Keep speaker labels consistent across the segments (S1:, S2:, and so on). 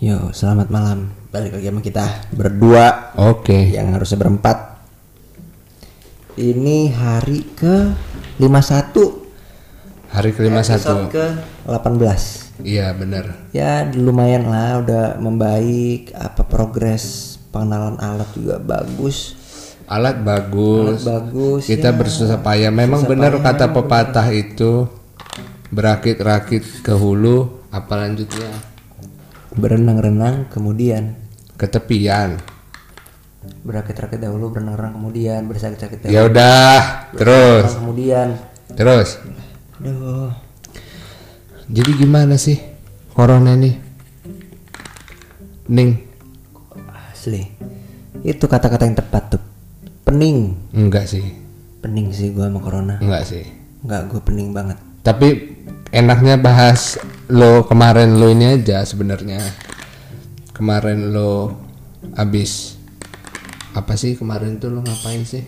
S1: Yo, selamat malam. Balik lagi sama kita berdua
S2: Oke.
S1: yang harusnya berempat. Ini hari ke 51
S2: Hari kelima
S1: episode Iya,
S2: satu.
S1: ke 18.
S2: Iya benar.
S1: Ya, lumayan lah udah membaik apa progres pengenalan alat juga bagus.
S2: Alat
S1: Alat
S2: bagus.
S1: bagus,
S2: Kita
S1: ya.
S2: bersusah payah. Memang benar kata pepatah itu berakit-rakit ke hulu. Apa lanjutnya?
S1: Berenang-renang kemudian
S2: Ke tepian.
S1: berakit-rakit dahulu berenang-renang kemudian bersakit-sakit dahulu
S2: Ya udah. Terus,
S1: berenang kemudian.
S2: terus.
S1: Aduh.
S2: Jadi gimana sih corona ini? Ning,
S1: Asli. Itu kata-kata yang tepat tuh. Pening.
S2: enggak sih,
S1: Pening sih gua sama corona.
S2: enggak sih.
S1: Enggak, gue pening banget.
S2: Tapi enaknya bahas lo kemarin lo ini aja sebenarnya. Kemarin lo abis apa sih kemarin tuh lo ngapain sih?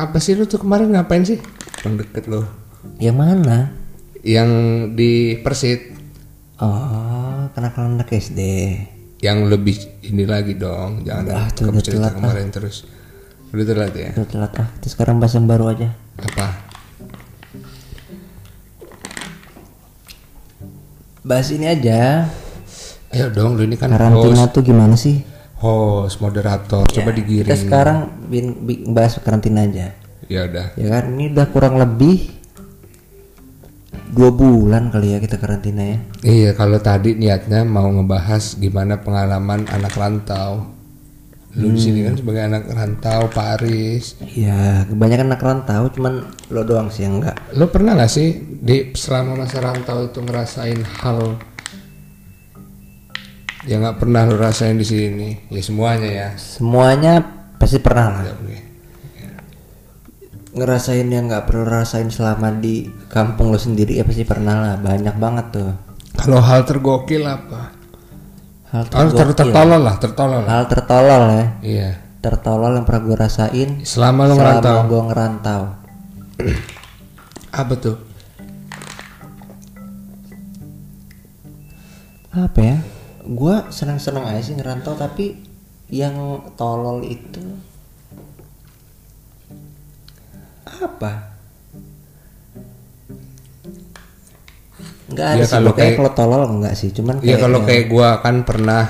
S2: Apa sih lo tuh kemarin ngapain sih? Yang deket lo.
S1: Yang mana?
S2: Yang di Persit.
S1: Oh, anak-anak SD.
S2: Yang lebih ini lagi dong. Jangan
S1: Ah, tuh
S2: kamu
S1: udah
S2: cerita
S1: telat, ah.
S2: kemarin terus. Udah telat ya?
S1: Udah telat ah. Terus sekarang bahas yang baru aja.
S2: Apa?
S1: Bahas ini aja.
S2: Ayo dong, lo ini kan host,
S1: Karantina tuh gimana sih?
S2: host moderator. Coba digiring.
S1: Kita sekarang bin- bin- bahas karantina aja.
S2: Ya udah.
S1: Ya kan, ini udah kurang lebih dua bulan kali ya kita karantina ya.
S2: Iya, kalau tadi niatnya mau ngebahas gimana pengalaman anak rantau. Lu di sini kan sebagai anak rantau Paris.
S1: Ya, kebanyakan anak rantau cuman lo doang sih yang enggak.
S2: Lu pernah nggak sih di selama masa rantau itu ngerasain hal yang nggak pernah lu rasain di sini? Ya semuanya ya.
S1: Semuanya pasti pernah lah.
S2: Ya, oke.
S1: ngerasain yang nggak perlu rasain selama di kampung lo sendiri ya pasti pernah lah banyak banget tuh
S2: Kalau hal tergokil apa? Ah.
S1: hal
S2: Hal
S1: tergo-
S2: Oh, ter tertolol lah, tertolol lah.
S1: hal tertolol ya
S2: Iya.
S1: tertolol yang pernah gue rasain
S2: Selama lu ngerantau,
S1: selama gue ngerantau
S2: apa tuh?
S1: apa ya gue senang senang aja sih ngerantau tapi yang tolol itu apa nggak ada
S2: Ya,
S1: sih
S2: kalau
S1: kalau kayak
S2: kayak-
S1: kalau tolol enggak sih cuman
S2: Iya kalau
S1: yang-
S2: kayak gua kan pernah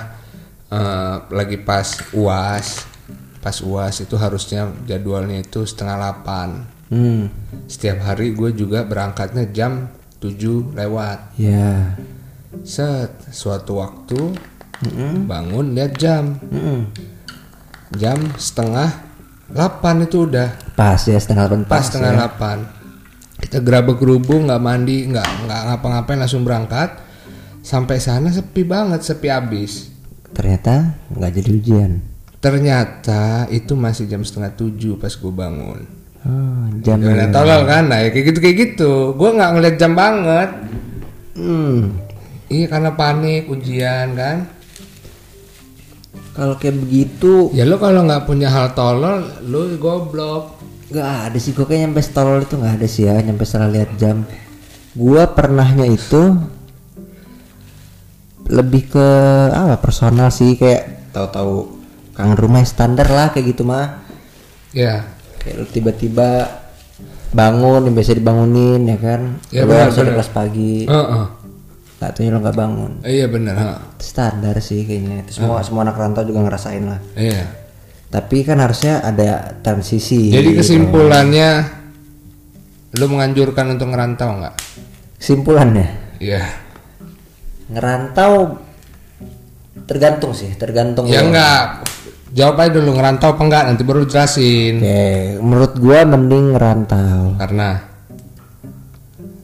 S2: eh, lagi pas uas, pas uas itu harusnya jadwalnya itu setengah delapan.
S1: hmm
S2: Setiap hari gue juga berangkatnya jam 7 lewat.
S1: ya
S2: Set, suatu waktu
S1: Mm-mm.
S2: bangun lihat jam,
S1: Mm-mm.
S2: jam setengah delapan itu udah
S1: Pas ya setengah delapan
S2: pas
S1: pas.
S2: setengah delapan. Kita gerabak gerubung nggak mandi nggak nggak ngapa-ngapain langsung berangkat. Sampai sana sepi banget sepi abis.
S1: Ternyata nggak jadi ujian.
S2: Ternyata itu masih jam setengah tujuh pas gue bangun.
S1: Oh, jam.
S2: Gimana tolol kan? Nah, ya kayak gitu kayak gitu. Gue nggak ngeliat jam banget.
S1: Hmm.
S2: Iya karena panik ujian kan.
S1: Kalau kayak begitu
S2: Ya lo kalau nggak punya hal tolol, lo goblok.
S1: nggak ada sih gue kayak nyampe tolol itu nggak ada sih ya nyampe setelah lihat jam. Gua pernahnya itu lebih ke apa personal sih kayak tahu-tahu kangen rumah standar lah kayak gitu mah
S2: Ya,
S1: kayak lu tiba-tiba bangun yang biasa dibangunin ya kan
S2: Ya,
S1: Lu
S2: benar,
S1: harusnya di
S2: benar.
S1: kelas pagi
S2: Heeh.
S1: tak lo nggak bangun
S2: iya bener. ha.
S1: standar sih kayaknya itu semua
S2: Hmm.
S1: semua anak rantau juga ngerasain lah
S2: Iya.
S1: tapi kan harusnya ada transisi
S2: Jadi kesimpulannya, lo menganjurkan untuk ngerantau nggak?
S1: kesimpulannya
S2: Iya.
S1: ngerantau tergantung sih tergantung
S2: Ya
S1: lo.
S2: nggak. Jawab aja dulu ngerantau apa enggak nanti baru jelasin.
S1: oke menurut gua mending ngerantau
S2: Karena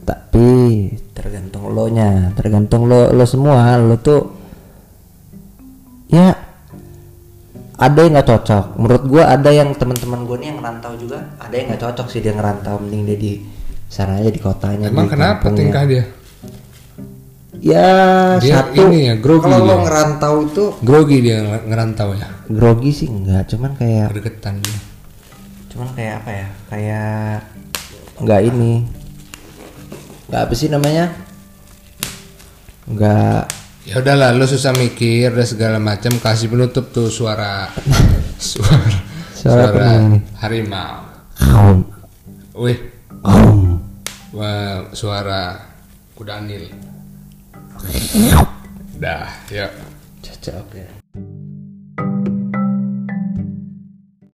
S1: tapi tergantung lo nya tergantung lo lo semua lo tuh ya ada yang nggak cocok menurut gua ada yang teman-teman gua nih yang ngerantau juga ada yang nggak cocok sih dia ngerantau mending dia di sana aja di kotanya
S2: emang
S1: di
S2: kenapa
S1: kampungnya.
S2: tingkah dia?
S1: Ya
S2: Dia
S1: satu
S2: ini ya, grogi
S1: Kalau lo
S2: dia.
S1: ngerantau itu
S2: Grogi dia nger- ngerantau ya.
S1: grogi sih enggak, cuman kayak
S2: Kedeketan dia.
S1: cuman kayak apa ya? Kayak enggak ini. Enggak apa sih namanya? nggak
S2: Ya udahlah, lu susah mikir dan segala macam. Kasih penutup tuh suara suara
S1: Suara apa nih?
S2: harimau.
S1: kaum
S2: Wih,
S1: kaum
S2: wah, suara kudanil. Dah, yuk.
S1: cocok ya